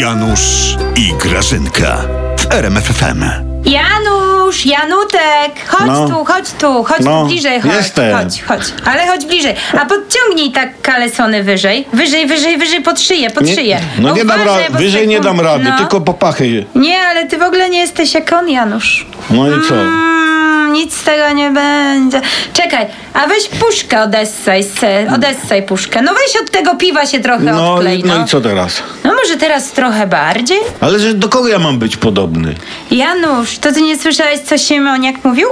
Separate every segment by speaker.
Speaker 1: Janusz i Grażynka w RMFFM.
Speaker 2: Janusz, Janutek, chodź
Speaker 3: No.
Speaker 2: tu, chodź tu, chodź
Speaker 3: No,
Speaker 2: tu bliżej, chodź,
Speaker 3: jestem.
Speaker 2: chodź, chodź, ale chodź bliżej. A podciągnij tak kalesony wyżej, wyżej, wyżej, wyżej, pod szyję, pod szyję.
Speaker 3: no nie dam
Speaker 2: Uważaj,
Speaker 3: rady,
Speaker 2: bo
Speaker 3: wyżej nie
Speaker 2: sekund-
Speaker 3: dam rady,
Speaker 2: no.
Speaker 3: tylko po pachy.
Speaker 2: Nie, ale ty w ogóle nie jesteś jak on, Janusz.
Speaker 3: No i co?
Speaker 2: Mm, nic z tego nie będzie. Czekaj, a weź puszkę odessaj, se, odessaj puszkę. No weź od tego piwa się trochę
Speaker 3: No,
Speaker 2: odklej,
Speaker 3: i-
Speaker 2: no.
Speaker 3: no i co teraz?
Speaker 2: No może teraz trochę bardziej?
Speaker 3: Ale że do kogo ja mam być podobny?
Speaker 2: Janusz, to ty nie słyszałeś, co Siemoniak mówił?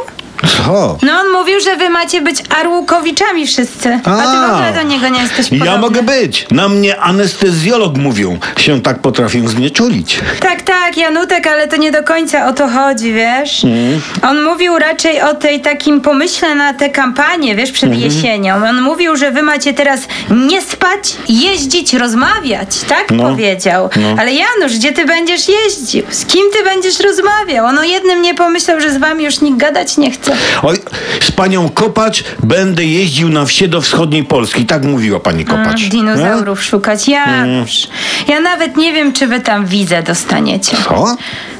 Speaker 3: Co?
Speaker 2: No on mówił, że wy macie być Arłukowiczami wszyscy. A, ty w
Speaker 3: A.
Speaker 2: ogóle do niego nie jesteś podobny.
Speaker 3: Ja mogę być. Na mnie anestezjolog mówią. Się tak potrafią znieczulić.
Speaker 2: Tak, tak, Janutek, ale to nie do końca o to chodzi, wiesz?
Speaker 3: Mm.
Speaker 2: On mówił raczej o tej takim pomyśle na tę kampanię, wiesz, przed
Speaker 3: Mhm.
Speaker 2: jesienią. On mówił, że wy macie teraz nie spać, jeździć, rozmawiać, tak
Speaker 3: No.
Speaker 2: powiedział. Ale Janusz, gdzie ty będziesz jeździł? Z kim ty będziesz rozmawiał? On o jednym nie pomyślał, że z wami już nikt gadać nie chce.
Speaker 3: Oj, z panią Kopacz będę jeździł na wsie do wschodniej Polski. Tak mówiła pani Kopacz. E?
Speaker 2: Mm,
Speaker 3: Hmm?
Speaker 2: Dinozaurów szukać. Janusz, ja nawet nie wiem, czy wy tam wizę dostaniecie.
Speaker 3: Nie? Co?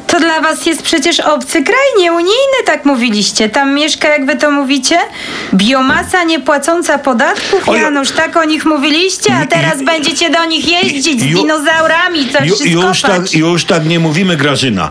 Speaker 2: To dla was jest przecież obcy kraj, nieunijny, tak mówiliście. Tam mieszka, jak wy to mówicie, biomasa niepłacąca podatków.
Speaker 3: Oj,
Speaker 2: Janusz, tak o nich mówiliście, a teraz będziecie do nich jeździć z
Speaker 3: ju-
Speaker 2: dinozaurami, coś
Speaker 3: Ju, już,
Speaker 2: skopać.
Speaker 3: tak, już tak nie mówimy, Grażyna.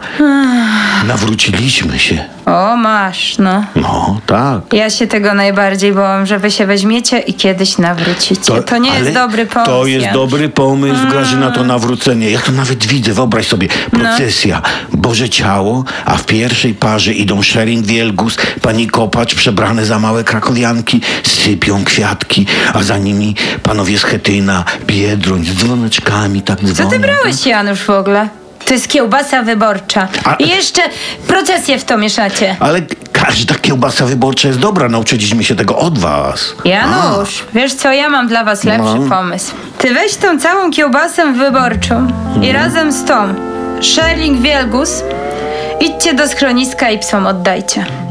Speaker 3: Nawróciliśmy się.
Speaker 2: O, masz, no.
Speaker 3: No, tak.
Speaker 2: Ja się tego najbardziej bołam, że wy się weźmiecie i kiedyś nawrócicie. To, nie
Speaker 3: ale
Speaker 2: jest dobry pomysł.
Speaker 3: To jest
Speaker 2: Janusz. Mm.
Speaker 3: dobry pomysł, Grażyna, to nawrócenie. Ja to nawet widzę, wyobraź sobie.
Speaker 2: No.
Speaker 3: Procesja, Boże Ciało, a w pierwszej parze idą Szering Wielgus, pani Kopacz, przebrane za małe krakowianki, sypią kwiatki, a za nimi panowie z Chetyna, Biedroń, z dzwoneczkami, tak dzwonią.
Speaker 2: Co ty brałeś, Janusz, w ogóle? To jest kiełbasa wyborcza.
Speaker 3: A-
Speaker 2: I jeszcze procesję w to mieszacie.
Speaker 3: Ale każda kiełbasa wyborcza jest dobra, nauczyliśmy się tego od was.
Speaker 2: Janusz, wiesz co, ja mam dla
Speaker 3: No.
Speaker 2: was lepszy pomysł. Ty weź tą całą kiełbasę wyborczą i
Speaker 3: Mhm.
Speaker 2: razem z tą Sherling Wielgus idźcie do schroniska i psom oddajcie.